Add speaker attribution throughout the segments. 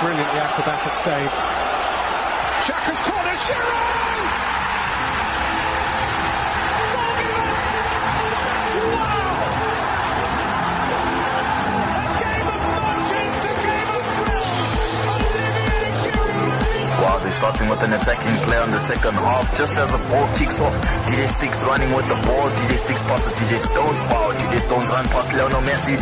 Speaker 1: Brilliantly acrobatic save.
Speaker 2: Shaka's corner, Giroud! Goalkeeper! Wow! A game of conscience, a game of will! Olivier Giroud!
Speaker 3: Wow, they're starting with an attacking play on the second half. Just as the ball kicks off, DJ Sticks running with the ball. DJ Sticks passes DJ Stones. Wow, DJ Stones run past Lionel Messi,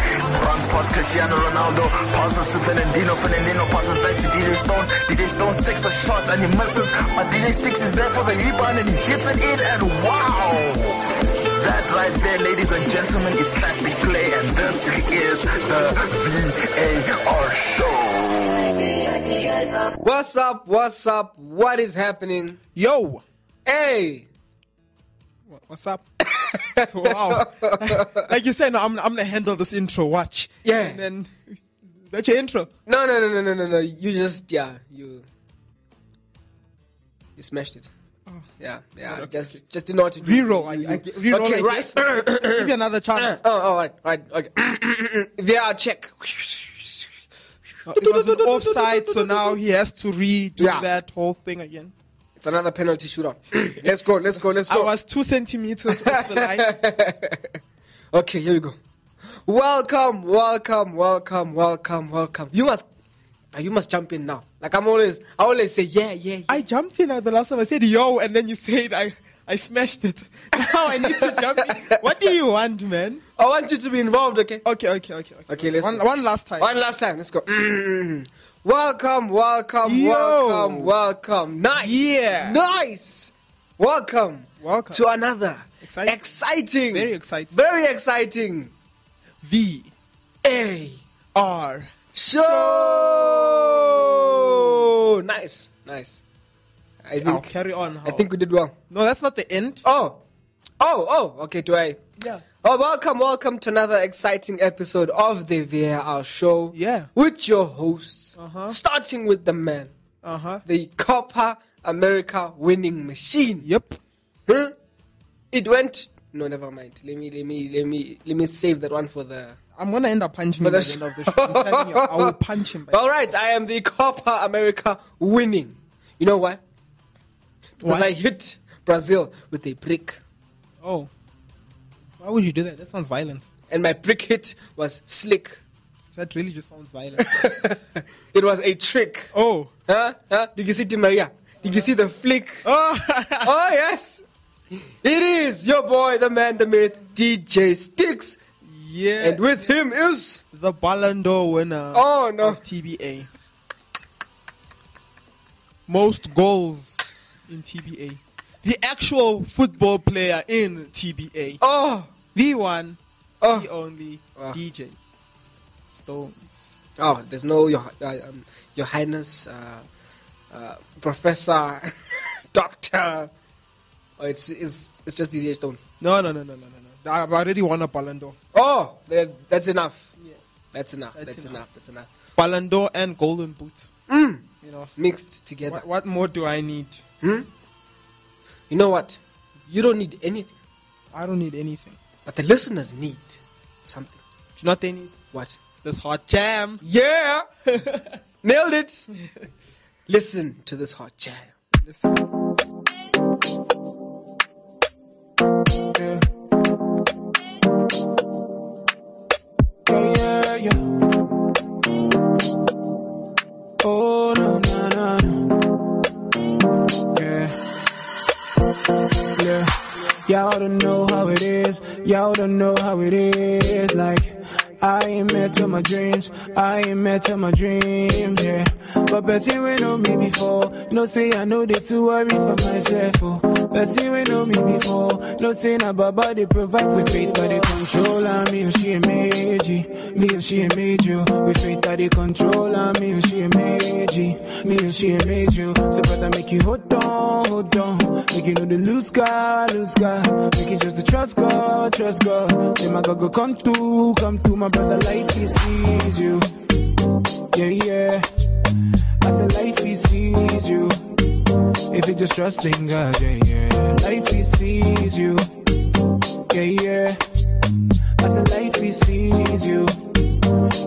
Speaker 3: runs past Cristiano Ronaldo, passes to Fernandino. Fernandino passes back to DJ Stones. DJ Stones takes a shot and he misses, but DJ Sticks is there for the rebound and he hits it in. And wow, that right there, ladies and gentlemen, is classic play. And this is the VAR show.
Speaker 4: What's up? What's up? What is happening?
Speaker 1: Yo!
Speaker 4: Hey,
Speaker 1: Wha- What's up? wow. like you said, no, I'm, I'm going to handle this intro. Watch.
Speaker 4: Yeah.
Speaker 1: And then, that's your intro.
Speaker 4: no, no, no, no, no, no, no. You just yeah, you you smashed it.
Speaker 1: Oh.
Speaker 4: Yeah, yeah. Just just didn't know what to do.
Speaker 1: Reroll. I, I, reroll
Speaker 4: okay,
Speaker 1: I guess.
Speaker 4: right.
Speaker 1: Give you another chance.
Speaker 4: Oh, all right, right. Okay. yeah, check.
Speaker 1: Uh, it was an offside, so now he has to redo
Speaker 4: Yeah.
Speaker 1: that whole thing again.
Speaker 4: It's another penalty shootout. let's go. Let's go. Let's
Speaker 1: I
Speaker 4: go.
Speaker 1: was two centimeters off the line.
Speaker 4: Okay, here we go. Welcome, welcome, welcome, welcome, welcome. You must, uh, you must jump in now. Like I'm always, I always say yeah, yeah. yeah.
Speaker 1: I jumped in at the last time. I said yo, and then you said I, I smashed it. Now I need to jump in. What do you want, man?
Speaker 4: I want you to be involved, okay?
Speaker 1: Okay, okay, okay, okay.
Speaker 4: Okay, let's
Speaker 1: One,
Speaker 4: go.
Speaker 1: one last time.
Speaker 4: One last time. Let's go. Mm. welcome, welcome,
Speaker 1: Yo.
Speaker 4: welcome, welcome. Nice.
Speaker 1: Yeah.
Speaker 4: Nice. Welcome.
Speaker 1: Welcome.
Speaker 4: to another
Speaker 1: Exciting.
Speaker 4: exciting,
Speaker 1: Very exciting.
Speaker 4: very exciting.
Speaker 1: V
Speaker 4: A
Speaker 1: R.
Speaker 4: show. Nice, nice. I
Speaker 1: I'll
Speaker 4: think.
Speaker 1: carry on.
Speaker 4: I think we did well.
Speaker 1: no, that's not the end.
Speaker 4: Oh, oh, oh. Okay, do I?
Speaker 1: Yeah.
Speaker 4: Oh, welcome, welcome to another exciting episode of the VAR show.
Speaker 1: Yeah.
Speaker 4: With your hosts,
Speaker 1: Uh-huh.
Speaker 4: starting with the man,
Speaker 1: Uh huh.
Speaker 4: the Copa America winning machine.
Speaker 1: Yep.
Speaker 4: Huh? It went. No, never mind. Let me, let me, let me, let me save that one for the.
Speaker 1: I'm gonna end up punching him.
Speaker 4: the
Speaker 1: by the end of the show. I'm telling you, I will punch him. by-
Speaker 4: All right, I am the Copa America winning. You know why? Because
Speaker 1: Why?
Speaker 4: I hit Brazil with a brick,
Speaker 1: Oh. Why would you do that? That sounds violent.
Speaker 4: and my brick hit was slick.
Speaker 1: That really just sounds violent.
Speaker 4: it was a trick.
Speaker 1: oh.
Speaker 4: Huh? Huh? Did you see Di Maria? Did you see the flick?
Speaker 1: Oh.
Speaker 4: Oh, yes. It is your boy, the man, the myth, DJ Sticks.
Speaker 1: yeah.
Speaker 4: And with him is.
Speaker 1: the Ballon d'Or winner
Speaker 4: Oh, no.
Speaker 1: of TBA. Most goals in TBA. The actual football player in TBA.
Speaker 4: Oh.
Speaker 1: The one, the
Speaker 4: Oh,
Speaker 1: only
Speaker 4: Ah.
Speaker 1: DJ Stones.
Speaker 4: oh there's no Your, uh, um, your Highness, uh, uh, Professor, Doctor. Oh, it's, it's, it's just DJ Stone.
Speaker 1: No, no, no, no, no, no, no. I've already won a Ballon d'Or.
Speaker 4: Oh, that, that's enough.
Speaker 1: Yes.
Speaker 4: That's enough. That's,
Speaker 1: That's
Speaker 4: enough.
Speaker 1: enough.
Speaker 4: That's enough.
Speaker 1: Ballon d'Or and Golden Boot. You know,
Speaker 4: Mixed together.
Speaker 1: Mm. what, what more do I need?
Speaker 4: You know what? You don't need anything,
Speaker 1: I don't need anything.
Speaker 4: but the listeners need something.
Speaker 1: Do you know what they need?
Speaker 4: What?
Speaker 1: This hot jam.
Speaker 4: Yeah! Nailed it! Listen to this hot jam.
Speaker 1: Listen.
Speaker 5: yeah, yeah. Oh, no, no, no, no. Yeah. Yeah. Y'all don't know how it is. Y'all don't know how it is. Like, I ain't met to my dreams. I ain't met to my dreams, yeah. But Bessie, we know me before. No, say, I know they too worry for myself. Oh. Bessie, we know me before. No, say, na baba, they provide with faith, but they control on me. oh, She a mage. Me, oh, she a mage. oh. With faith, that they control on me. oh, She a mage. Me, oh, she a mage. oh. So, brother, make you hold on, hold on. Make you know the lose God, lose God. Make you just to trust God, trust God. Say, my God, go come through, come through, my brother, life is sees you. Yeah, yeah. I said, life he sees you. If you just trust in God, yeah, yeah. Life he sees you. Yeah, yeah. I said, life he sees you.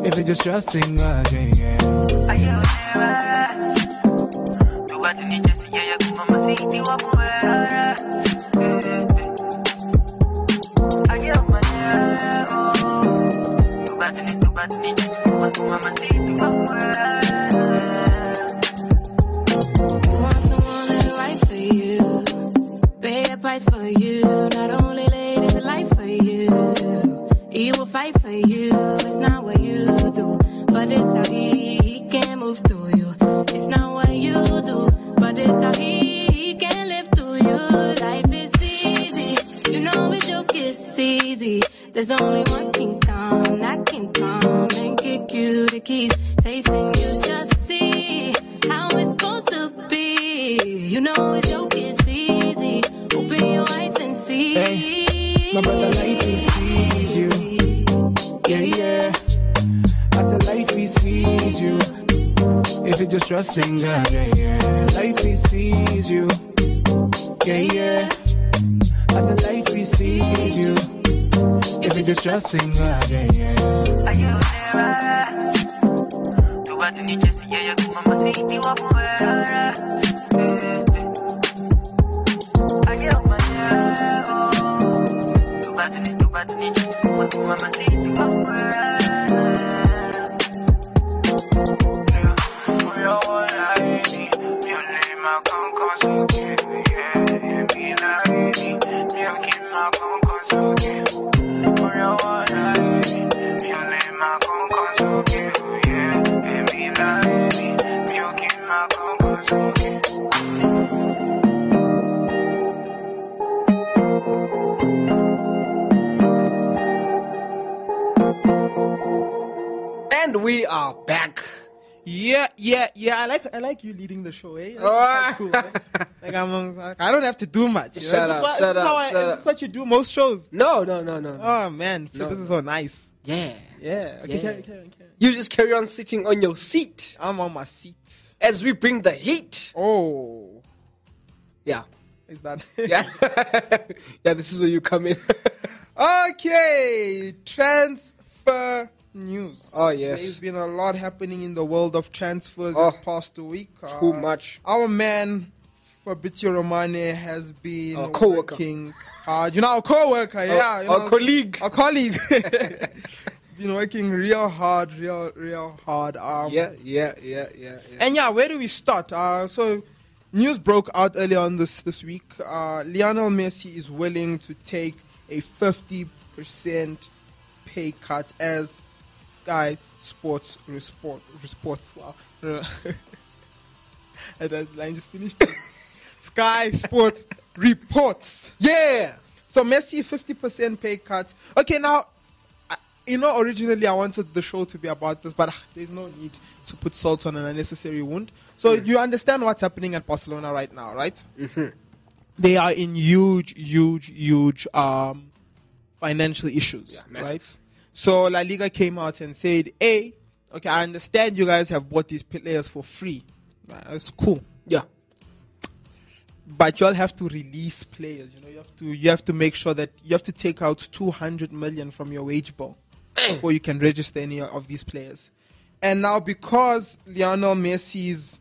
Speaker 5: If you just trust in God, yeah, yeah.
Speaker 6: Are you there? you should see how it's supposed to be. You know it's your it's easy. Open your eyes and see.
Speaker 5: Hey, my brother, life is sees you. Yeah, yeah. I said life is sees you. If you just trust in God, yeah, yeah. Life is sees you. Yeah, yeah. I said life is sees you. If you just trust in God, yeah, yeah.
Speaker 4: And we are back.
Speaker 1: Yeah, yeah, yeah. I like I like you leading the show, eh? That's
Speaker 4: Oh.
Speaker 1: quite cool, eh? like I'm, I don't have to do much. you know?
Speaker 4: Shut
Speaker 1: This is
Speaker 4: up,
Speaker 1: what-
Speaker 4: shut
Speaker 1: this is
Speaker 4: up,
Speaker 1: how I-
Speaker 4: shut
Speaker 1: This is what you do most shows.
Speaker 4: No, no, no, no. no.
Speaker 1: Oh man, Flip, this is so nice.
Speaker 4: Yeah.
Speaker 1: Yeah. Okay, carry,
Speaker 4: Yeah.
Speaker 1: carry, carry.
Speaker 4: You just carry on sitting on your seat
Speaker 1: I'm on my seat.
Speaker 4: as we bring the heat.
Speaker 1: Oh,
Speaker 4: Yeah.
Speaker 1: is that?
Speaker 4: Yeah. yeah, this is where you come in.
Speaker 1: Okay, transfer news.
Speaker 4: Oh, yes.
Speaker 1: There's been a lot happening in the world of transfer this
Speaker 4: Oh,
Speaker 1: past week. Uh,
Speaker 4: too much.
Speaker 1: Our man Fabrizio Romane has been
Speaker 4: Our Oh, co-worker. Oh,
Speaker 1: working hard. You know, our co-worker, yeah, you
Speaker 4: our
Speaker 1: know,
Speaker 4: colleague.
Speaker 1: our colleague. He's been working real hard, real, real hard. Um,
Speaker 4: yeah, yeah, yeah, yeah, yeah.
Speaker 1: and yeah, where do we start? Uh, so, news broke out earlier on this this week. Uh, Lionel Messi is willing to take a 50% pay cut as Sky Sports Resport Reports. Wow, and that line just finished. Sky Sports reports.
Speaker 4: yeah.
Speaker 1: So Messi, fifty percent pay cut. Okay, now I- you know originally I wanted the show to be about this, but ah, there's no need to put salt on an unnecessary wound. So you understand what's happening at Barcelona right now, right? They are in huge, huge, huge um, financial issues,
Speaker 4: massive.
Speaker 1: right? So La Liga came out and said, "Hey, okay, I understand you guys have bought these players for free. That's cool."
Speaker 4: Yeah.
Speaker 1: but you'll have to release players. You know, you have to you have to make sure that you have to take out 200 million from your wage bill before you can register any of these players. And now because Lionel Messi's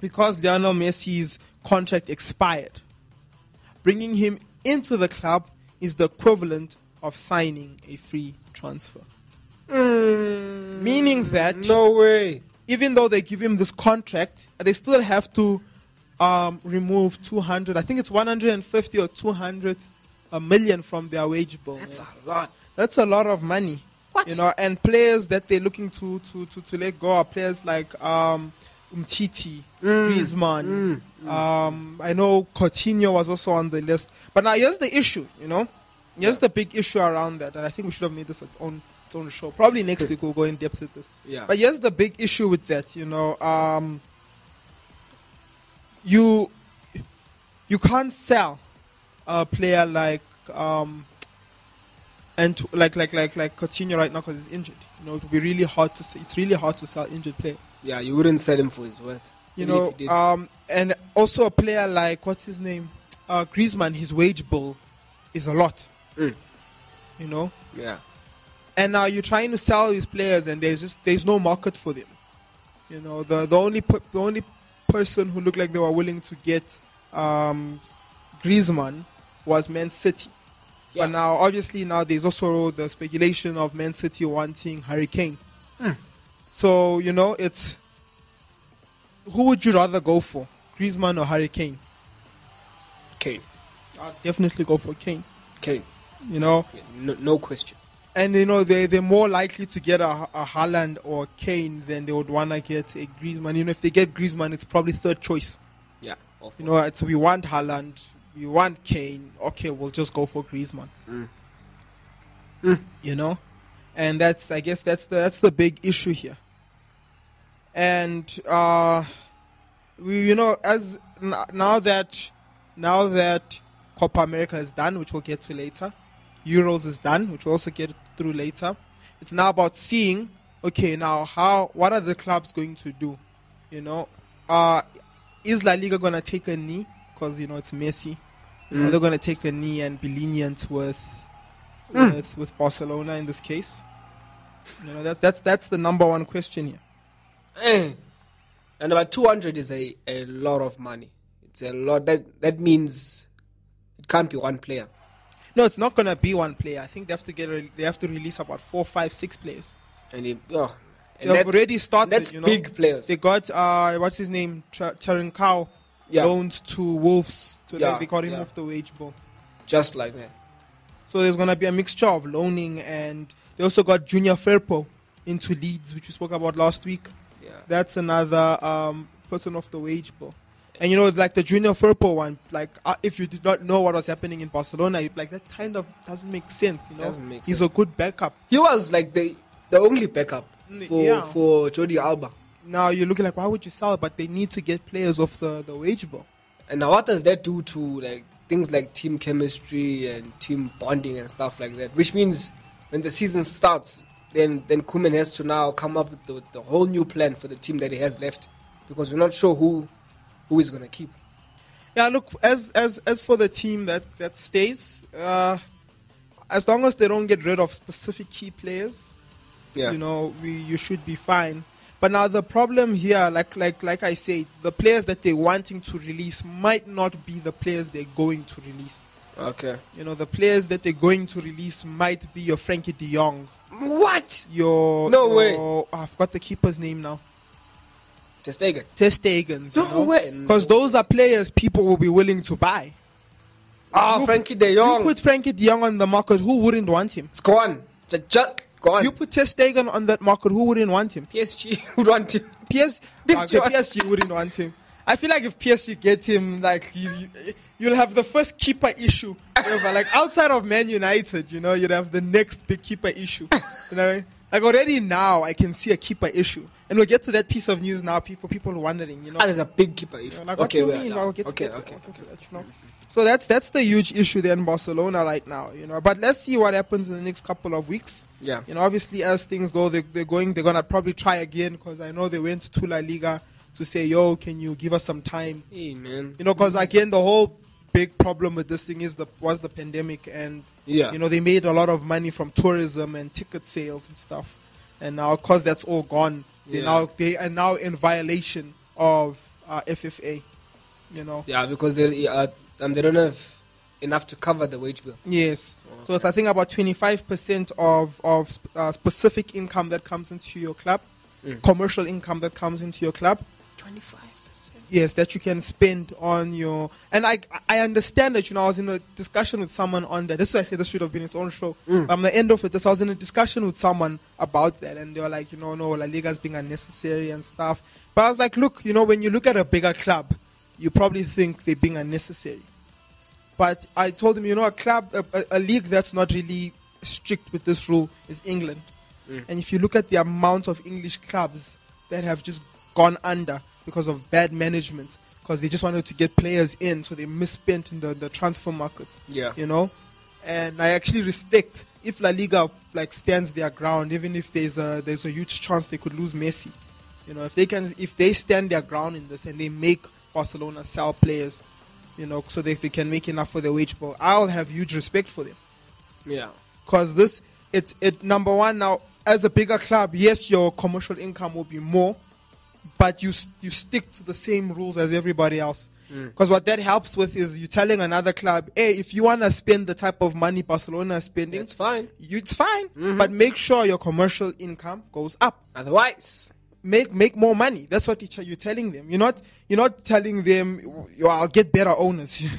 Speaker 1: because Lionel Messi's contract expired, bringing him into the club is the equivalent of signing a free transfer. Meaning that
Speaker 4: No way.
Speaker 1: even though they give him this contract, they still have to um, remove 200. I think it's 150 or 200 a million from their wage bill.
Speaker 4: That's
Speaker 1: man.
Speaker 4: a lot.
Speaker 1: That's a lot of money.
Speaker 4: What?
Speaker 1: You know, and players that they're looking to to to, to let go are players like um, Umtiti,
Speaker 4: Mm.
Speaker 1: Griezmann. Um, I know Coutinho was also on the list. But now here's the issue. You know, here's the big issue around that, and I think we should have made this its own its own show. Probably next week we'll go in depth with this.
Speaker 4: Yeah.
Speaker 1: But here's the big issue with that, you know, um, you you can't sell a player like um, and to- like like like like Coutinho right now because he's injured. You know, it would be really hard to s- it's really hard to sell injured players.
Speaker 4: Yeah, you wouldn't sell him for his worth.
Speaker 1: You
Speaker 4: even
Speaker 1: know,
Speaker 4: if you did.
Speaker 1: um, and also a player like what's his name, uh, Griezmann, his wage bill is a lot.
Speaker 4: Mm.
Speaker 1: You know,
Speaker 4: yeah.
Speaker 1: and now you're trying to sell these players and there's just there's no market for them you know the the only per, the only person who looked like they were willing to get um Griezmann was Man City
Speaker 4: Yeah.
Speaker 1: but now obviously now there's also the speculation of Man City wanting Harry Kane so you know it's who would you rather go for Griezmann or Harry Kane
Speaker 4: Kane.
Speaker 1: I'd definitely go for Kane
Speaker 4: Kane.
Speaker 1: you know
Speaker 4: Yeah, no, no question.
Speaker 1: and you know they they're more likely to get a, a Haaland or Kane than they would wanna get a Griezmann. You know, if they get Griezmann, it's probably third choice.
Speaker 4: Yeah.
Speaker 1: You know, it's we want Haaland, we want Kane. Okay, we'll just go for Griezmann. You know, and that's I guess that's the that's the big issue here. and uh, we, you know, as n- now that now that Copa America is done, which we'll get to later, Euros is done, which we'll also get through later. It's now about seeing, okay, now how what are the clubs going to do? You know, uh, is La Liga gonna take a knee because you know it's Messi? Are
Speaker 4: Mm.
Speaker 1: they gonna take a knee and be lenient with
Speaker 4: Mm.
Speaker 1: with, with Barcelona in this case? You know, that, that's that's the number one question here.
Speaker 4: Eh. And about 200 is a, a lot of money. It's a lot. That, that means it can't be one player.
Speaker 1: No, it's not gonna be one player. I think they have to get re- they have to release about four, five, six players.
Speaker 4: And, it, oh,
Speaker 1: They've
Speaker 4: and that's-
Speaker 1: already started.
Speaker 4: That's
Speaker 1: you know,
Speaker 4: big players.
Speaker 1: They got uh, what's his name, Ter- Terran Cow,
Speaker 4: Yeah.
Speaker 1: loaned to Wolves. So they-
Speaker 4: Yeah,
Speaker 1: they got him
Speaker 4: yeah.
Speaker 1: off the wage bill.
Speaker 4: Just like that.
Speaker 1: So there's gonna be a mixture of loaning, and they also got Junior Firpo into Leeds, which we spoke about last week.
Speaker 4: Yeah.
Speaker 1: That's another um, person off the wage bill. And you know, like the Junior Firpo one, like uh, if you did not know what was happening in Barcelona, you'd be like that kind of doesn't make sense. You know,
Speaker 4: Doesn't make
Speaker 1: he's
Speaker 4: sense.
Speaker 1: a good backup.
Speaker 4: He was like the, the only backup
Speaker 1: Mm,
Speaker 4: for,
Speaker 1: yeah.
Speaker 4: for Jordi Alba.
Speaker 1: Now you're looking like, why would you sell? But they need to get players off the, the wage bill.
Speaker 4: And now what does that do to like things like team chemistry and team bonding and stuff like that? Which means when the season starts, then then Kuman has to now come up with the, with the whole new plan for the team that he has left, because we're not sure who who he's gonna keep.
Speaker 1: Yeah, look, as as as for the team that that stays, uh, as long as they don't get rid of specific key players,
Speaker 4: Yeah.
Speaker 1: you know, we, you should be fine. But now the problem here, like like like I said, the players that they're wanting to release might not be the players they're going to release.
Speaker 4: Okay.
Speaker 1: You know, the players that they're going to release might be your Frankie De Jong,
Speaker 4: What?
Speaker 1: your
Speaker 4: No way.
Speaker 1: your- I've got the keeper's name now.
Speaker 4: Just take it.
Speaker 1: Test Stegens.
Speaker 4: No way.
Speaker 1: Because those are players people will be willing to buy.
Speaker 4: Ah,
Speaker 1: You-
Speaker 4: Frankie De
Speaker 1: You
Speaker 4: Jong.
Speaker 1: put Frankie De Jong on the market, who wouldn't want him?
Speaker 4: it's gone. Just, just gone.
Speaker 1: You put Ter Stegen on that market, who wouldn't want him?
Speaker 4: PSG would want him.
Speaker 1: PS,
Speaker 4: Big
Speaker 1: okay,
Speaker 4: John.
Speaker 1: PSG wouldn't want him. I feel like if PSG get him, like you, you, you'll have the first keeper issue ever. like outside of Man United, you know, you'd have the next big keeper issue. You know, like already now, I can see a keeper issue, and we'll get to that piece of news now. People, people wondering, you know,
Speaker 4: Ah, there's a big keeper issue.
Speaker 1: you know, Like,
Speaker 4: okay,
Speaker 1: what do
Speaker 4: well,
Speaker 1: you mean?
Speaker 4: yeah.
Speaker 1: I'll get to
Speaker 4: okay,
Speaker 1: that,
Speaker 4: okay.
Speaker 1: I'll get to that, you know? So that's that's the huge issue there in Barcelona right now, you know. But let's see what happens in the next couple of weeks.
Speaker 4: Yeah.
Speaker 1: You know, obviously as things go, they, they're going, they're gonna probably try again because I know they went to La Liga to say, "Yo, can you give us some time?"
Speaker 4: Hey, man.
Speaker 1: You know, because again, the whole big problem with this thing is the was the pandemic, and
Speaker 4: Yeah.
Speaker 1: you know they made a lot of money from tourism and ticket sales and stuff, and now because that's all gone, they
Speaker 4: Yeah.
Speaker 1: now they are now in violation of uh, FFA. You know.
Speaker 4: Yeah, because they uh, um, they don't have enough to cover the wage bill.
Speaker 1: Yes. So it's I think about 25% of of sp- uh, specific income that comes into your club, commercial income that comes into your club.
Speaker 4: 25 percent.
Speaker 1: Yes, that you can spend on your. And I I understand that you know I was in a discussion with someone on that. This is why I said this should have been its own show. Um, the end of it, this I was in a discussion with someone about that, and they were like, you know, no, La Liga's being unnecessary and stuff. But I was like, look, you know, when you look at a bigger club, you probably think they're being unnecessary. But I told him, you know, a club, a, a, a league that's not really strict with this rule is England. And if you look at the amount of English clubs that have just gone under because of bad management, because they just wanted to get players in, so they misspent in the, the transfer market.
Speaker 4: Yeah.
Speaker 1: You know? And I actually respect if La Liga like stands their ground, even if there's a there's a huge chance they could lose Messi. You know, if they can if they stand their ground in this and they make Barcelona sell players, you know, so they, they can make enough for their wage bill, I'll have huge respect for them
Speaker 4: Yeah.
Speaker 1: because this it it number one now as a bigger club yes your commercial income will be more but you s- you stick to the same rules as everybody else because what that helps with is you telling another club hey if you want to spend the type of money barcelona is spending
Speaker 4: It's fine.
Speaker 1: you, it's fine but make sure your commercial income goes up
Speaker 4: Otherwise,
Speaker 1: make make more money. That's what you tell- you're telling them. You're not you're not telling them you I'll get better owners.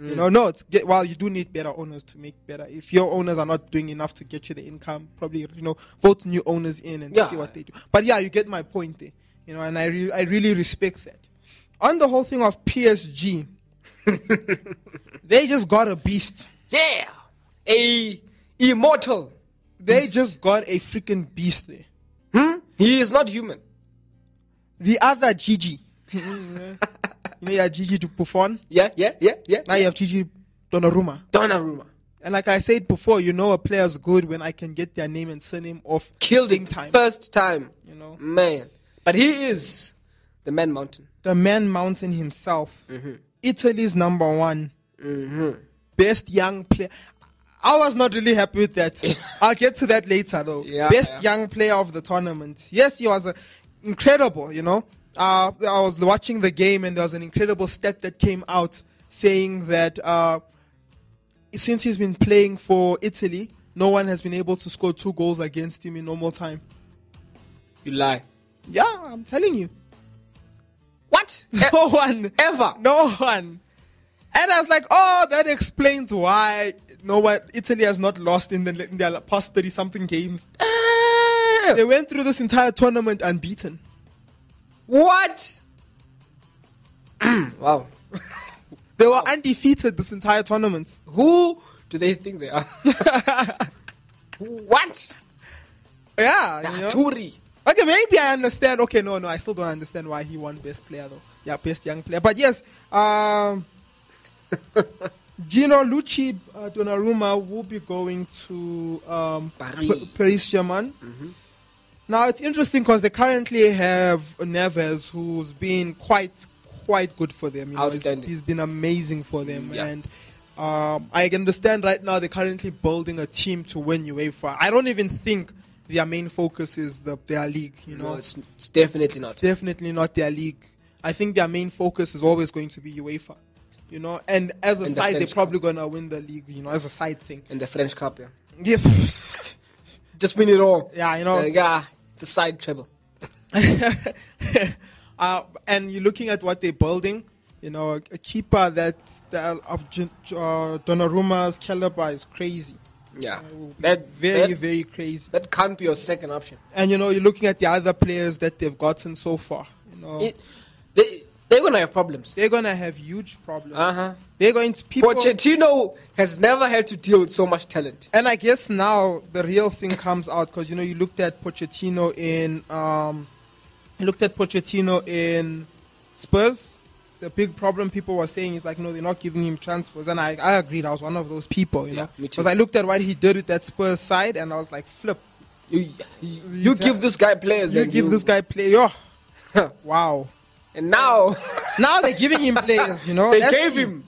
Speaker 1: You know, no. It's get, well, you do need better owners to make better. If your owners are not doing enough to get you the income, probably you know vote new owners in and
Speaker 4: Yeah.
Speaker 1: see what they do. But yeah, you get my point there. You know, and I re- I really respect that. On the whole thing of PSG, they just got a beast.
Speaker 4: yeah, a immortal.
Speaker 1: They just got a freaking beast there.
Speaker 4: He is not human.
Speaker 1: The other Gigi. you know, you had Gigi to Buffon.
Speaker 4: Yeah, yeah, yeah, yeah.
Speaker 1: Now you have Gigi Donnarumma.
Speaker 4: Donnarumma.
Speaker 1: And like I said before, you know a player's good when I can get their name and surname off
Speaker 4: Killed
Speaker 1: same
Speaker 4: it
Speaker 1: time.
Speaker 4: first time.
Speaker 1: You know,
Speaker 4: Man. But he is the man mountain.
Speaker 1: the man mountain himself,
Speaker 4: Mm-hmm.
Speaker 1: Italy's number one, best young player. I was not really happy with that. I'll get to that later though.
Speaker 4: Yeah,
Speaker 1: best
Speaker 4: yeah.
Speaker 1: young player of the tournament. Yes, he was uh, incredible. You know, uh, I was watching the game and there was an incredible stat that came out saying that. Uh, since he's been playing for Italy, no one has been able to score two goals against him in normal time.
Speaker 4: You lie.
Speaker 1: Yeah, I'm telling you.
Speaker 4: What? E-
Speaker 1: No one.
Speaker 4: Ever.
Speaker 1: No one. And I was like, oh, that explains why no one, Italy has not lost in, the, in their past 30 something games. They went through this entire tournament unbeaten.
Speaker 4: What? wow.
Speaker 1: They were undefeated this entire tournament.
Speaker 4: Who do they think they are? what? Ah,
Speaker 1: Yeah. you know?
Speaker 4: Turi.
Speaker 1: Okay, maybe I understand. Okay, no, no, I still don't understand why he won best player though. Yeah, best young player. But yes, um, Gino Lucci uh, Donnarumma will be going to um,
Speaker 4: Paris. Mm-hmm.
Speaker 1: P- Paris Germain. Now it's interesting because they currently have Neves, who's been quite quite good for them. You know, he's-
Speaker 4: Outstanding.
Speaker 1: he's been amazing for them,
Speaker 4: Yeah.
Speaker 1: and um, I can understand right now they're currently building a team to win UEFA. I don't even think their main focus is the their league. You know,
Speaker 4: No, it's, it's definitely not.
Speaker 1: it's definitely not their league. I think their main focus is always going to be UEFA. You know, and as a
Speaker 4: And the
Speaker 1: side, they're
Speaker 4: French
Speaker 1: probably gonna win the league. You know, as a side thing.
Speaker 4: And the French Cup, yeah.
Speaker 1: Yes.
Speaker 4: Just win it all.
Speaker 1: yeah, you know.
Speaker 4: Like, ah, it's a side treble.
Speaker 1: uh, and you're looking at what they're building. You know, a, a keeper that, that of Gin- uh, Donnarumma's caliber is crazy.
Speaker 4: Yeah.
Speaker 1: That
Speaker 4: That
Speaker 1: Uh, very,
Speaker 4: that,
Speaker 1: very crazy.
Speaker 4: that can't be your second option.
Speaker 1: And you know, you're looking at the other players that they've gotten so far. You know,
Speaker 4: It- they they're gonna have problems.
Speaker 1: they're gonna have huge problems.
Speaker 4: Uh huh.
Speaker 1: they're going to people.
Speaker 4: Pochettino has never had to deal with so much talent.
Speaker 1: And I guess now the real thing comes out because you know you looked at Pochettino in um, you looked at Pochettino in Spurs. The big problem people were saying is like, no, they're not giving him transfers, and I, I agreed. I was one of those people, you
Speaker 4: Yeah,
Speaker 1: know,
Speaker 4: me too.
Speaker 1: because I looked at what he did with that Spurs side, and I was like, flip,
Speaker 4: You, you, you give this guy players
Speaker 1: you
Speaker 4: and
Speaker 1: give
Speaker 4: you-
Speaker 1: this guy play, yo, wow.
Speaker 4: and now
Speaker 1: Now they're giving him players, you know.
Speaker 4: they
Speaker 1: Let's
Speaker 4: gave
Speaker 1: see.
Speaker 4: him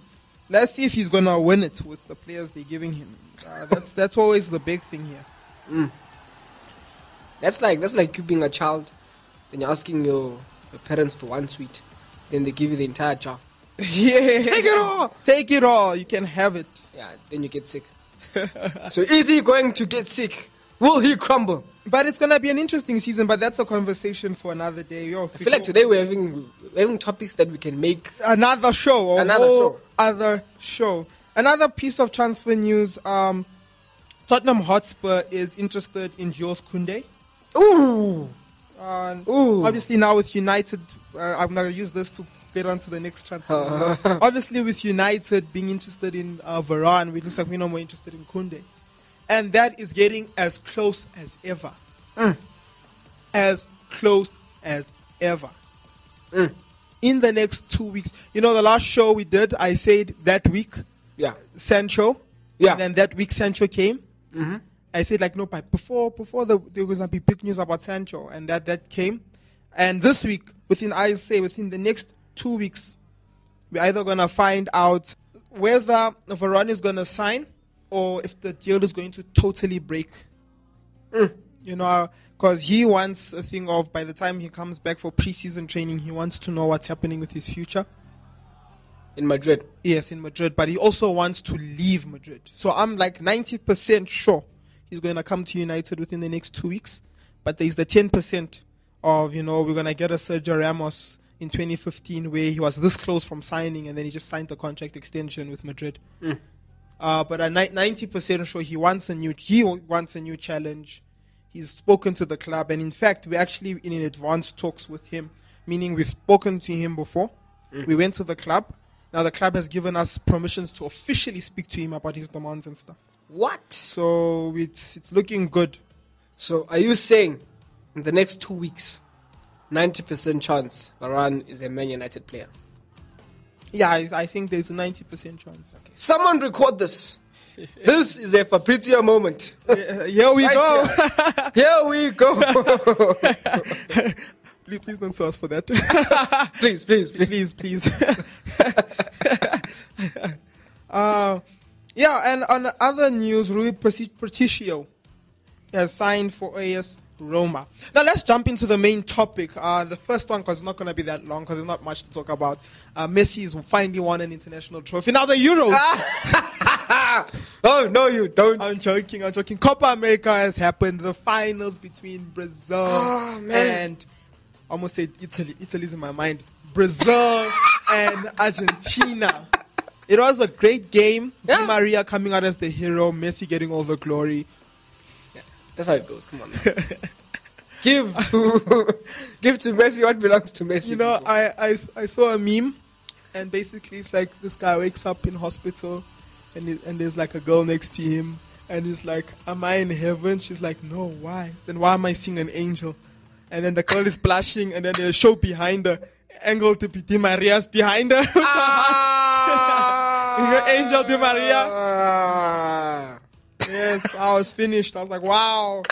Speaker 1: Let's see if he's gonna win it with the players they're giving him. Uh, that's that's always the big thing here.
Speaker 4: that's like that's like you being a child and you're asking your, your parents for one sweet. Then they give you the entire jar.
Speaker 1: Yeah. Take
Speaker 4: it all.
Speaker 1: Take it all. You can have it.
Speaker 4: Yeah, then you get sick. so is he going to get sick? Will he crumble?
Speaker 1: But it's gonna be an interesting season. But that's a conversation for another day. Yo,
Speaker 4: I feel like today we're having we're having topics that we can make
Speaker 1: another show. a
Speaker 4: Another
Speaker 1: whole
Speaker 4: show.
Speaker 1: Other show. Another piece of transfer news. Um, Tottenham Hotspur is interested in Jules Kunde.
Speaker 4: Ooh.
Speaker 1: And
Speaker 4: Ooh.
Speaker 1: Obviously now with United, uh, I'm gonna use this to get on to the next transfer. news. obviously with United being interested in uh, Varane, it looks like we're no more interested in Kunde, and that is getting as close as ever, as close as ever.
Speaker 4: Mm,
Speaker 1: In the next two weeks, you know, the last show we did, I said that week
Speaker 4: Yeah.
Speaker 1: Sancho.
Speaker 4: Yeah.
Speaker 1: And then that week Sancho came. I said like no, but before before the, there was gonna be big news about Sancho, and that that came. And this week, within I say within the next two weeks, we're either gonna find out whether Varane is gonna sign or if the deal is going to totally break. You know, because he wants a thing of by the time he comes back for preseason training, he wants to know what's happening with his future.
Speaker 4: In Madrid.
Speaker 1: Yes, in Madrid, but he also wants to leave Madrid. So I'm like 90% sure he's going to come to United within the next two weeks. But there's the 10% of, you know, we're going to get a Sergio Ramos in 2015 where he was this close from signing and then he just signed the contract extension with Madrid. Uh, but I'm ni- 90% sure he wants a new, he wants a new challenge. He's spoken to the club, and in fact, we're actually in advanced talks with him, meaning we've spoken to him before. We went to the club. Now the club has given us permissions to officially speak to him about his demands and stuff.
Speaker 4: What?
Speaker 1: So it's it's looking good.
Speaker 4: So are you saying in the next two weeks 90% chance Varane is a Man United player.
Speaker 1: Yeah, I, I think there's a 90% chance.
Speaker 4: Someone record this. this is a Fabrizio moment.
Speaker 1: Uh, here we
Speaker 4: Right
Speaker 1: go.
Speaker 4: Here we go.
Speaker 1: please, please don't sue us for that.
Speaker 4: please, please,
Speaker 1: please,
Speaker 4: please.
Speaker 1: please. uh, yeah, and on other news, Rui Patric- Patricio has signed for AS Roma. Now let's jump into the main topic. Uh, the first one, because it's not going to be that long, because there's not much to talk about. Uh, Messi has finally won an international trophy. Now the Euros.
Speaker 4: Oh, no, you don't.
Speaker 1: I'm joking. I'm joking. Copa America has happened. The finals between Brazil
Speaker 4: Oh,
Speaker 1: and I almost said Italy. Italy's in my mind. Brazil and Argentina. It was a great game. Di
Speaker 4: Yeah.
Speaker 1: Maria coming out as the hero. Messi getting all the glory.
Speaker 4: That's how it goes. Come on. now. give to give to Messi what belongs to Messi.
Speaker 1: You know,
Speaker 4: people.
Speaker 1: I, I, I saw a meme, and basically it's like this guy wakes up in hospital, and it, and there's like a girl next to him, and he's like, "Am I in heaven?" She's like, "No, why? Then why am I seeing an angel?" And then the girl is blushing, and then they show behind her, angle to Di Maria's behind her. with the heart.
Speaker 4: Ah.
Speaker 1: Angel Di Maria.
Speaker 4: Ah.
Speaker 1: Yes, I was finished. I was like, "Wow."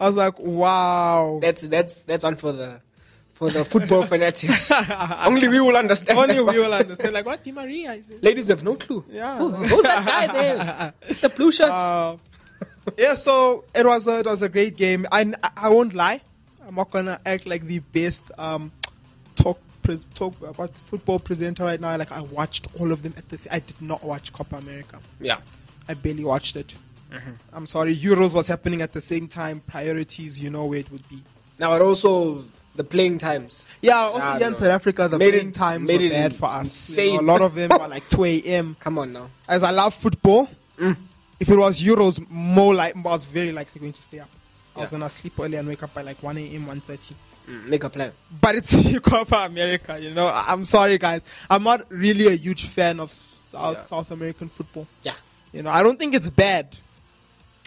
Speaker 1: I was like, "Wow."
Speaker 4: That's that's that's one for the for the football fanatics. Only we will understand.
Speaker 1: Only
Speaker 4: that
Speaker 1: we
Speaker 4: one.
Speaker 1: will understand. Like, what Di Maria is it?
Speaker 4: Ladies have no clue.
Speaker 1: Yeah.
Speaker 4: Who- who's that guy there? With the blue shirt.
Speaker 1: Uh, yeah, so it was a, it was a great game. I I won't lie, I'm not gonna act like the best um talk pres talk about football presenter right now. Like I watched all of them at the. s- I did not watch Copa America.
Speaker 4: yeah.
Speaker 1: I barely watched it. I'm sorry. Euros was happening at the same time. Priorities, you know where it would be.
Speaker 4: Now, but also the playing times.
Speaker 1: Yeah, also
Speaker 4: Ah,
Speaker 1: here in
Speaker 4: no.
Speaker 1: South Africa, the
Speaker 4: Made it-
Speaker 1: playing times
Speaker 4: made
Speaker 1: were
Speaker 4: it
Speaker 1: bad for us. You know,
Speaker 4: insane.
Speaker 1: a lot of them were like 2 a.m.
Speaker 4: Come on now.
Speaker 1: As I love football,
Speaker 4: Mm.
Speaker 1: if it was Euros, more like I was very likely going to stay up. I was
Speaker 4: Yeah.
Speaker 1: gonna sleep early and wake up by like 1 a.m. 1:30.
Speaker 4: Mm, Make a plan.
Speaker 1: But it's Copa America, you know. I- I'm sorry, guys. I'm not really a huge fan of South
Speaker 4: Yeah.
Speaker 1: South American football.
Speaker 4: Yeah.
Speaker 1: You know, I don't think it's bad.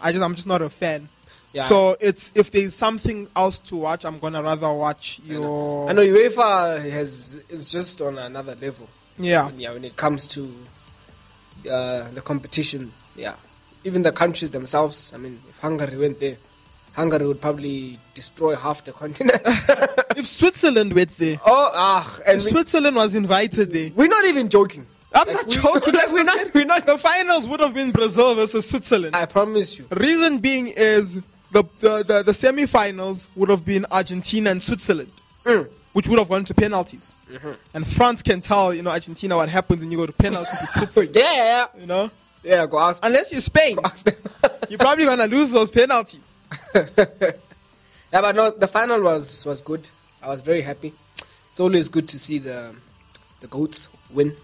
Speaker 1: I just I'm just not a fan.
Speaker 4: Yeah.
Speaker 1: So it's if there's something else to watch, I'm gonna rather watch your
Speaker 4: I know UEFA has is just on another level.
Speaker 1: yeah
Speaker 4: yeah when it comes to uh, the competition yeah even the countries themselves i mean if hungary went there hungary would probably destroy half the continent
Speaker 1: if Switzerland went there.
Speaker 4: oh ah and
Speaker 1: If
Speaker 4: we,
Speaker 1: Switzerland was invited there.
Speaker 4: we're not even joking
Speaker 1: I'm
Speaker 4: Like,
Speaker 1: not
Speaker 4: we-
Speaker 1: joking.
Speaker 4: like, we're not, we're not
Speaker 1: The finals would have been Brazil versus Switzerland.
Speaker 4: i promise you
Speaker 1: Reason being is the the, the, the semi-finals would have been Argentina and Switzerland, which would have gone to penalties. And France can tell you know Argentina what happens when you go to penalties with Switzerland.
Speaker 4: yeah
Speaker 1: You know,
Speaker 4: yeah go ask
Speaker 1: unless you're Spain,
Speaker 4: ask them
Speaker 1: you're probably gonna lose those penalties.
Speaker 4: yeah but no the final was was good i was very happy it's always good to see the the goats win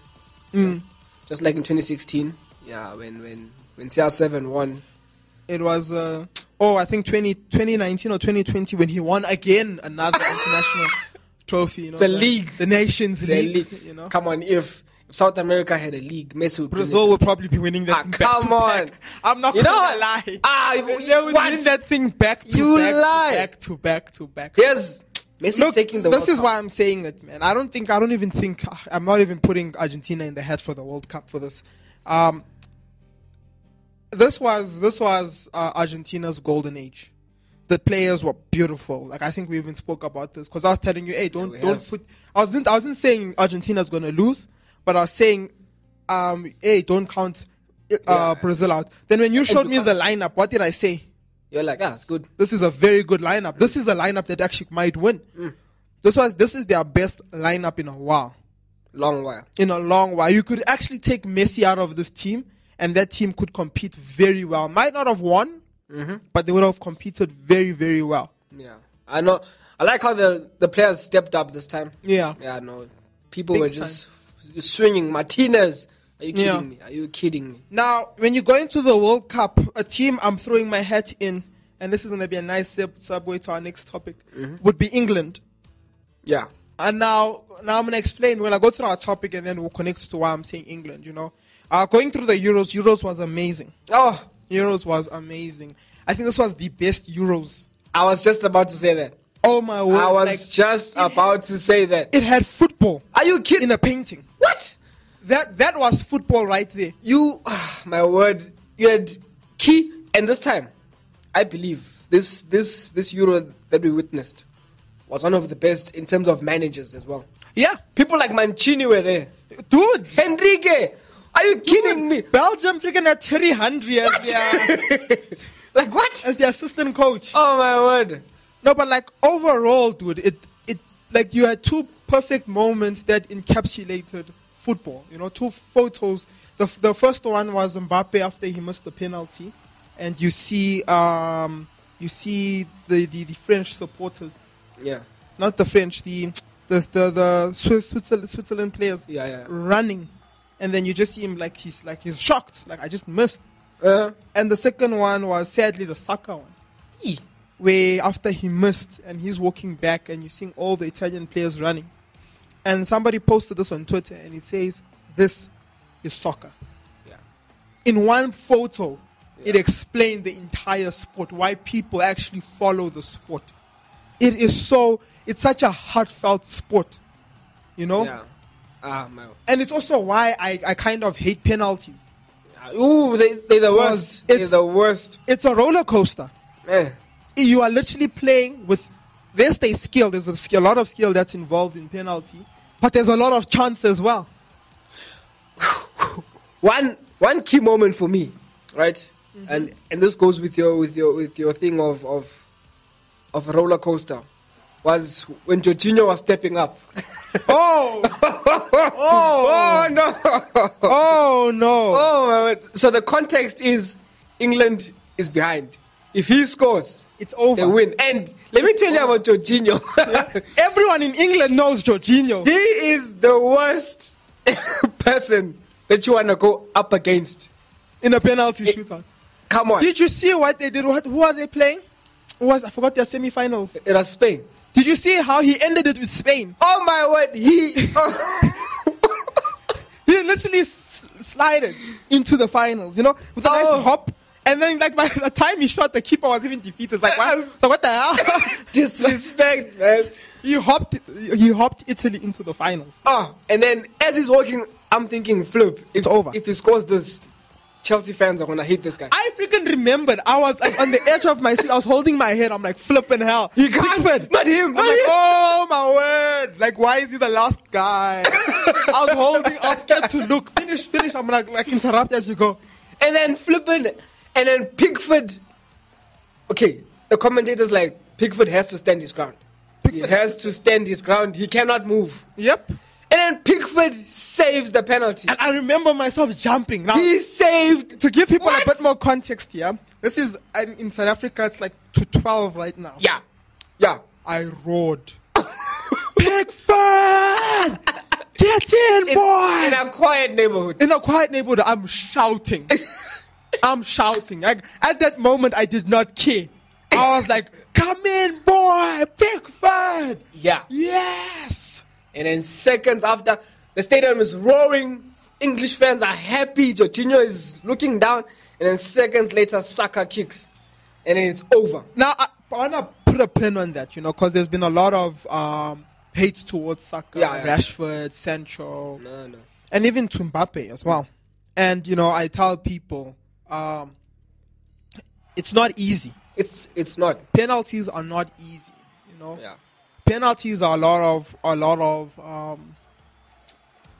Speaker 1: Mm.
Speaker 4: just like in 2016 yeah when when when cr7 won
Speaker 1: It was uh, oh I think 20, 2019 or twenty twenty when he won again another international trophy. You know,
Speaker 4: The league.
Speaker 1: the Nations
Speaker 4: It's a
Speaker 1: League.
Speaker 4: league.
Speaker 1: You know,
Speaker 4: Come on, if, if South America had a league, Messi would
Speaker 1: Brazil
Speaker 4: win
Speaker 1: will probably be winning that.
Speaker 4: Ah,
Speaker 1: thing back
Speaker 4: come
Speaker 1: to back.
Speaker 4: on.
Speaker 1: I'm not
Speaker 4: You know
Speaker 1: gonna
Speaker 4: what?
Speaker 1: lie.
Speaker 4: Ah,
Speaker 1: They-
Speaker 4: you-
Speaker 1: they would
Speaker 4: what?
Speaker 1: win that thing back to
Speaker 4: You
Speaker 1: back, to
Speaker 4: lie.
Speaker 1: back to back to back.
Speaker 4: it. Yes, Messi
Speaker 1: Look,
Speaker 4: taking the.
Speaker 1: this
Speaker 4: World
Speaker 1: is
Speaker 4: Cup.
Speaker 1: why I'm saying it, man. I don't think I don't even think I'm not even putting Argentina in the head for the World Cup for this. Um, this was this was uh, Argentina's golden age. The players were beautiful. Like I think we even spoke about this because I was telling you, hey, don't
Speaker 4: we
Speaker 1: don't
Speaker 4: have.
Speaker 1: put. I wasn't I wasn't saying Argentina's gonna lose, but I was saying, um, hey, don't count uh, Brazil out. Then when you showed me the lineup, what did I say?
Speaker 4: You're like, ah, it's good.
Speaker 1: This is a very good lineup. This is a lineup that actually might win. This was this is their best lineup in a while.
Speaker 4: Long while.
Speaker 1: In a long while. You could actually take Messi out of this team and that team could compete very well. Might not have won, but they would have competed very, very well.
Speaker 4: Yeah, I know. I like how the the players stepped up this time.
Speaker 1: Yeah.
Speaker 4: Yeah, no, people
Speaker 1: Big
Speaker 4: were just swinging. Martinez, are you kidding
Speaker 1: Yeah.
Speaker 4: me? Are you kidding me?
Speaker 1: Now, when you go into the World Cup, a team I'm throwing my hat in, and this is gonna be a nice sub- subway to our next topic, would be England.
Speaker 4: Yeah,
Speaker 1: And now, now I'm gonna explain. When I go through our topic, and then we'll connect to why I'm saying England. You know, uh, going through the Euros. Euros was amazing.
Speaker 4: Oh,
Speaker 1: Euros was amazing. I think this was the best Euros.
Speaker 4: I was just about to say that.
Speaker 1: Oh my word!
Speaker 4: I was
Speaker 1: like,
Speaker 4: just about to say that.
Speaker 1: it had football
Speaker 4: Are you kidding?
Speaker 1: in a painting.
Speaker 4: what?
Speaker 1: That that was football right there.
Speaker 4: You, my word, you had key, and this time, I believe this this this Euro that we witnessed was one of the best in terms of managers as well.
Speaker 1: Yeah,
Speaker 4: People like Mancini were there.
Speaker 1: dude.
Speaker 4: Henrique, are you kidding me?
Speaker 1: Belgium freaking at 300 as their,
Speaker 4: like what?
Speaker 1: as their assistant coach.
Speaker 4: Oh my word!
Speaker 1: No, but like overall, dude, it it like you had two perfect moments that encapsulated football. You know, two photos. The f- the first one was Mbappe after he missed the penalty, and you see um you see the the, the French supporters,
Speaker 4: Yeah,
Speaker 1: not the French, the the the, the Swiss, Switzerland, Switzerland players
Speaker 4: yeah, yeah.
Speaker 1: running, and then you just see him like he's like he's shocked, like I just missed.
Speaker 4: Uh,
Speaker 1: And the second one was sadly the soccer one
Speaker 4: e.
Speaker 1: where after he missed and he's walking back and you're seeing all the Italian players running. And somebody posted this on Twitter and it says, This is soccer.
Speaker 4: Yeah.
Speaker 1: In one photo, it explained the entire sport, why people actually follow the sport. It is so, it's such a heartfelt sport, you know?
Speaker 4: yeah. Ah my.
Speaker 1: And it's also why I, I kind of hate penalties.
Speaker 4: Ooh, they they the worst. They're
Speaker 1: it's-
Speaker 4: the worst. Eh.
Speaker 1: It's a roller coaster.
Speaker 4: Man.
Speaker 1: you are literally playing with there's their skill there's a, skill, a lot of skill that's involved in penalty but there's a lot of chance as well
Speaker 4: one one key moment for me, right? And and this goes with your with your with your thing of of of roller coaster was when Jorginho was stepping up.
Speaker 1: oh
Speaker 4: Oh, no!
Speaker 1: oh no
Speaker 4: Oh my word. So the context is England is behind. If he scores,
Speaker 1: it's over
Speaker 4: they win. And let me tell you about Jorginho.
Speaker 1: everyone in england knows Jorginho.
Speaker 4: he is the worst person that you wanna go up against.
Speaker 1: in a penalty shootout
Speaker 4: Come on.
Speaker 1: did you see what they did what, who are they playing Who was i forgot their semi-finals
Speaker 4: It was Spain.
Speaker 1: did you see how he ended it with spain
Speaker 4: Oh my word, he. oh,
Speaker 1: he literally s- slided into the finals you know with a
Speaker 4: Oh.
Speaker 1: nice hop and then like by the time he shot the keeper was even defeated like what so what the hell
Speaker 4: disrespect, man.
Speaker 1: He hopped. He hopped Italy into the finals.
Speaker 4: Ah, and then as he's walking, I'm thinking, flip, if,
Speaker 1: It's over.
Speaker 4: If he scores this, Chelsea fans are gonna hate this guy.
Speaker 1: I freaking remembered. I was like on the edge of my seat. I was holding my head. I'm like flipping hell. He
Speaker 4: can't. Not him.
Speaker 1: I'm
Speaker 4: Not
Speaker 1: like,
Speaker 4: him.
Speaker 1: oh my word! Like, why is he the last guy? I was holding. I was scared to look. Finish, finish. I'm like, like interrupt as you go.
Speaker 4: And then flipping, and then Pickford. Okay, the commentator's like, Pickford has to stand his ground. he has to stand his ground. He cannot move.
Speaker 1: Yep.
Speaker 4: And then Pickford saves the penalty.
Speaker 1: And I remember myself jumping. Now,
Speaker 4: He saved.
Speaker 1: to give people
Speaker 4: What?
Speaker 1: a bit more context here, this is in, in South Africa. It's like to 12 right now.
Speaker 4: Yeah, yeah.
Speaker 1: I roared. Pickford, get in, boy!
Speaker 4: In a quiet neighborhood.
Speaker 1: in a quiet neighborhood, I'm shouting. I'm shouting. Like at that moment, I did not care. I was like, "Come in, boy, Pickford."
Speaker 4: Yeah.
Speaker 1: Yes.
Speaker 4: And then seconds after, the stadium is roaring. English fans are happy. Jorginho is looking down. And then seconds later, Saka kicks. And then it's over.
Speaker 1: Now I, I wanna put a pin on that, you know, because there's been a lot of um, hate towards Saka,
Speaker 4: Yeah, yeah.
Speaker 1: Rashford, Sancho,
Speaker 4: No, no.
Speaker 1: and even to Mbappe as well. And you know, I tell people, um, it's not easy.
Speaker 4: It's it's not.
Speaker 1: Penalties are not easy. You know.
Speaker 4: Yeah.
Speaker 1: penalties are a lot of a lot of um,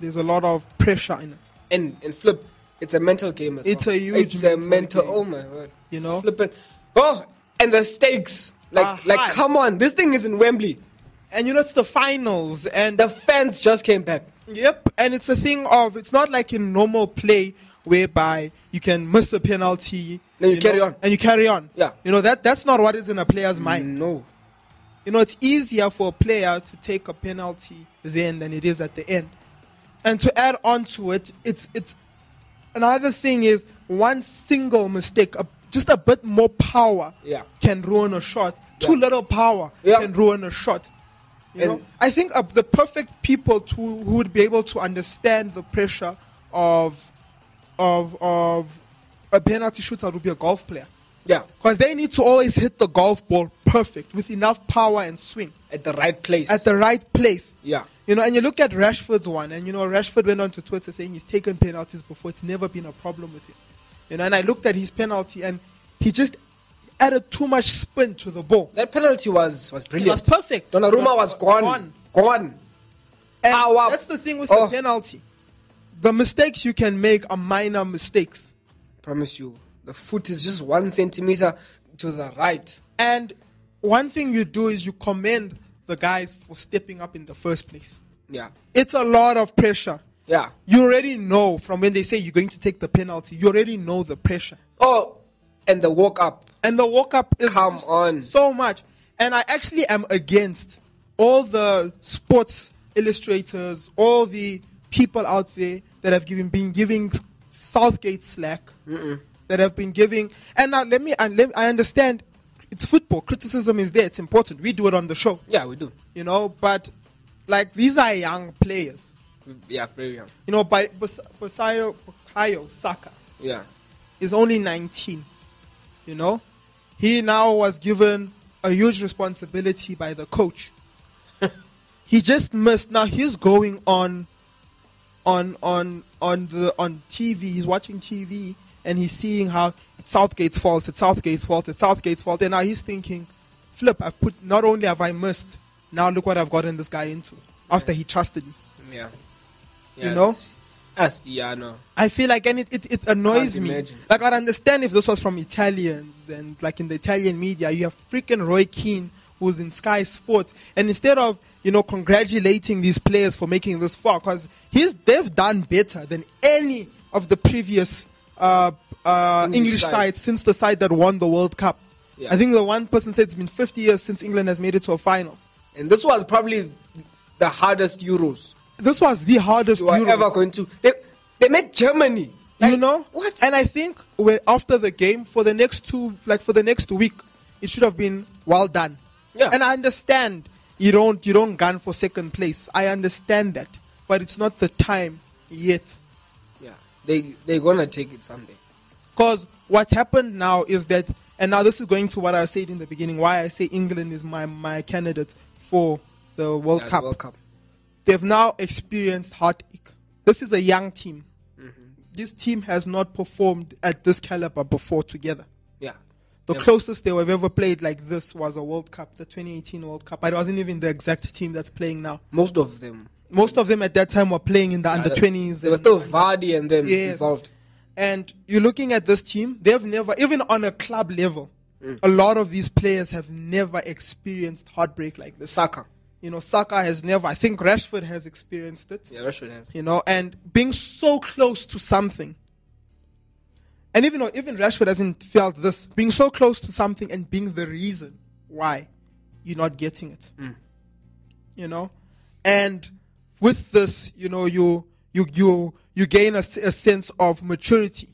Speaker 1: there's a lot of pressure in it.
Speaker 4: And and flip, it's a mental game as
Speaker 1: It's
Speaker 4: well.
Speaker 1: a huge
Speaker 4: It's a
Speaker 1: mental
Speaker 4: mental.
Speaker 1: game.
Speaker 4: Oh my word.
Speaker 1: You know?
Speaker 4: Flipping. Oh, and the stakes. Like
Speaker 1: Are
Speaker 4: like
Speaker 1: high.
Speaker 4: come on. This thing is in Wembley.
Speaker 1: And you know it's the finals, and
Speaker 4: The fans just came back.
Speaker 1: yep, and it's a thing of it's not like in normal play whereby you can miss a penalty.
Speaker 4: Then you carry
Speaker 1: know,
Speaker 4: on.
Speaker 1: And you carry on.
Speaker 4: Yeah.
Speaker 1: You know that that's not what is in a player's mind.
Speaker 4: No.
Speaker 1: You know it's easier for a player to take a penalty then than it is at the end. And to add on to it, it's it's another thing is one single mistake, a, just a bit more power
Speaker 4: Yeah.
Speaker 1: can ruin a shot. Too
Speaker 4: Yeah.
Speaker 1: little power
Speaker 4: Yeah.
Speaker 1: can ruin a shot. You
Speaker 4: And-
Speaker 1: know, I think uh, the perfect people to who would be able to understand the pressure of of of a penalty shooter would be a golf player
Speaker 4: Yeah.
Speaker 1: because they need to always hit the golf ball perfect with enough power and swing
Speaker 4: at the right place.
Speaker 1: at the right place.
Speaker 4: yeah,
Speaker 1: You know, and you look at Rashford's one, and you know, Rashford went on to Twitter saying he's taken penalties before, it's never been a problem with him. You know, and I looked at his penalty, and he just added too much spin to the ball.
Speaker 4: that penalty was was
Speaker 1: It was
Speaker 4: brilliant.
Speaker 1: perfect.
Speaker 4: Donnarumma was gone,
Speaker 1: Gone.
Speaker 4: gone.
Speaker 1: And
Speaker 4: Power.
Speaker 1: that's the thing with
Speaker 4: Oh.
Speaker 1: the penalty. The mistakes you can make are minor mistakes.
Speaker 4: I promise you, the foot is just one centimeter to the right.
Speaker 1: And one thing you do is you commend the guys for stepping up in the first place.
Speaker 4: Yeah,
Speaker 1: It's a lot of pressure.
Speaker 4: yeah.
Speaker 1: You already know from when they say you're going to take the penalty, you already know the pressure.
Speaker 4: Oh, and the walk up.
Speaker 1: And the walk up is
Speaker 4: Come
Speaker 1: just
Speaker 4: on.
Speaker 1: so much. And I actually am against all the sports illustrators, all the people out there that have given been giving Southgate slack, that have been giving. And now let me, and let I understand it's football. Criticism is there. It's important. We do it on the show,
Speaker 4: Yeah, we do.
Speaker 1: you know. But like these are young players,
Speaker 4: We- Yeah, very young.
Speaker 1: you know. By Bus- Busayo Bukayo Saka,
Speaker 4: Yeah,
Speaker 1: is only 19. You know, he now was given a huge responsibility by the coach. he just missed. Now he's going on, on on on the on TV. He's watching TV and he's seeing how it's Southgate's fault. It's Southgate's fault. It's Southgate's fault. And now he's thinking, flip. I've put. Not only have I missed. Now look what I've gotten this guy into. After he trusted me.
Speaker 4: yeah.
Speaker 1: You know?
Speaker 4: As yeah, no.
Speaker 1: I feel like, and it, it, it annoys
Speaker 4: Can't
Speaker 1: me.
Speaker 4: imagine.
Speaker 1: Like, I'd understand if this was from Italians and, like, in the Italian media, you have freaking Roy Keane who's in Sky Sports. And instead of, you know, congratulating these players for making this far, because they've done better than any of the previous uh, uh,
Speaker 4: English
Speaker 1: English
Speaker 4: sides.
Speaker 1: sides since the side that won the World Cup.
Speaker 4: Yeah.
Speaker 1: I think the one person said it's been 50 years since England has made it to a finals.
Speaker 4: And this was probably the hardest Euros
Speaker 1: This was the hardest
Speaker 4: you are
Speaker 1: Euros.
Speaker 4: ever going to. They they made Germany.
Speaker 1: you
Speaker 4: Like,
Speaker 1: know
Speaker 4: what?
Speaker 1: and i think we after the game for the next two like for the next week it should have been well done
Speaker 4: Yeah.
Speaker 1: and i understand you don't you don't gun for second place i understand that but it's not the time yet
Speaker 4: yeah, they they're gonna take it someday.
Speaker 1: because what's happened now is that and now this is going to what i said in the beginning why i say england is my my candidate for the world
Speaker 4: Yeah, the
Speaker 1: cup
Speaker 4: World Cup.
Speaker 1: they've now experienced heartache. This is a young team.
Speaker 4: Mm-hmm.
Speaker 1: This team has not performed at this caliber before together.
Speaker 4: Yeah,
Speaker 1: The closest they have ever played like this was a World Cup, the 2018 World Cup. It wasn't even the exact team that's playing now.
Speaker 4: most of them.
Speaker 1: Most of them at that time were playing in the under
Speaker 4: they-
Speaker 1: 20s.
Speaker 4: There was
Speaker 1: and-
Speaker 4: still Vardy and them
Speaker 1: Yes.
Speaker 4: involved.
Speaker 1: And you're looking at this team, they've never, even on a club level,
Speaker 4: Mm.
Speaker 1: a lot of these players have never experienced heartbreak like this.
Speaker 4: Saka.
Speaker 1: You know, Saka has never, I think Rashford has experienced it.
Speaker 4: Yeah, Rashford. yeah.
Speaker 1: you know, and being so close to something. And even though even Rashford hasn't felt this, being so close to something and being the reason why you're not getting it. You know, and with this, you know, you you you you gain a, s- a sense of maturity.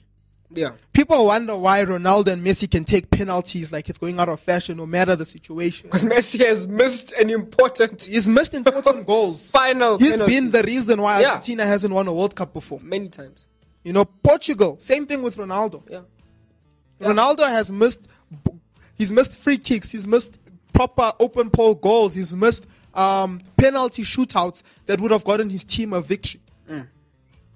Speaker 4: Yeah,
Speaker 1: People wonder why Ronaldo and Messi can take penalties like it's going out of fashion, no matter the situation.
Speaker 4: because Messi has missed an important
Speaker 1: He's missed important goals.
Speaker 4: final.
Speaker 1: He's
Speaker 4: penalty
Speaker 1: been the reason why
Speaker 4: Yeah.
Speaker 1: Argentina hasn't won a World Cup before.
Speaker 4: many times.
Speaker 1: You know, Portugal, same thing with Ronaldo.
Speaker 4: Yeah.
Speaker 1: Ronaldo has missed, he's missed free kicks, he's missed proper open pole goals, he's missed um, penalty shootouts that would have gotten his team a victory.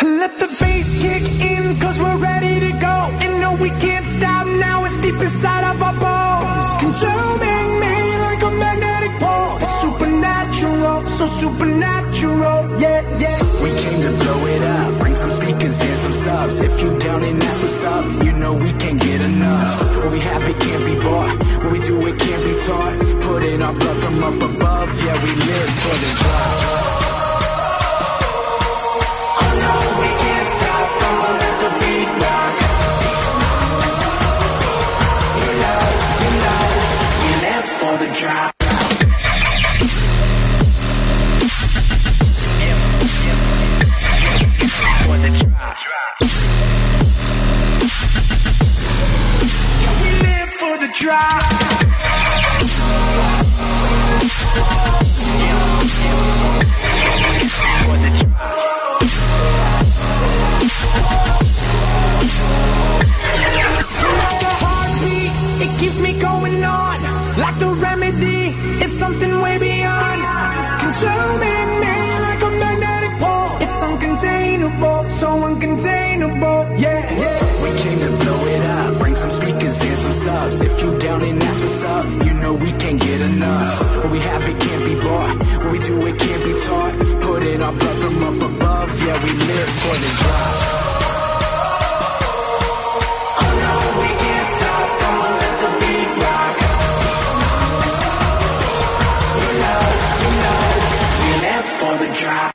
Speaker 5: Let the bass kick in, cause we're ready to go. And no, we can't stop now.
Speaker 3: above, yeah, we live for the drug. Oh no, we can't stop, don't let the beat knock. You know, you know, we live for the drop. For the drop. Yeah, we live for the drop.
Speaker 7: like a heartbeat, it keeps me going on. Like the remedy, it's something way beyond. Consuming me like a magnetic pole. It's uncontainable, so uncontainable, yeah. yeah.
Speaker 3: We came to blow it up. Bring some speakers and some subs. If you down and that's what's up, you know we can't get enough. What we have, it can't be bought. What we do, it can't be taught. Put in our blood from up above. Yeah, we live for the drop. Oh no, we can't stop. Don't let the beat rock. You know, you know, we live for the drop.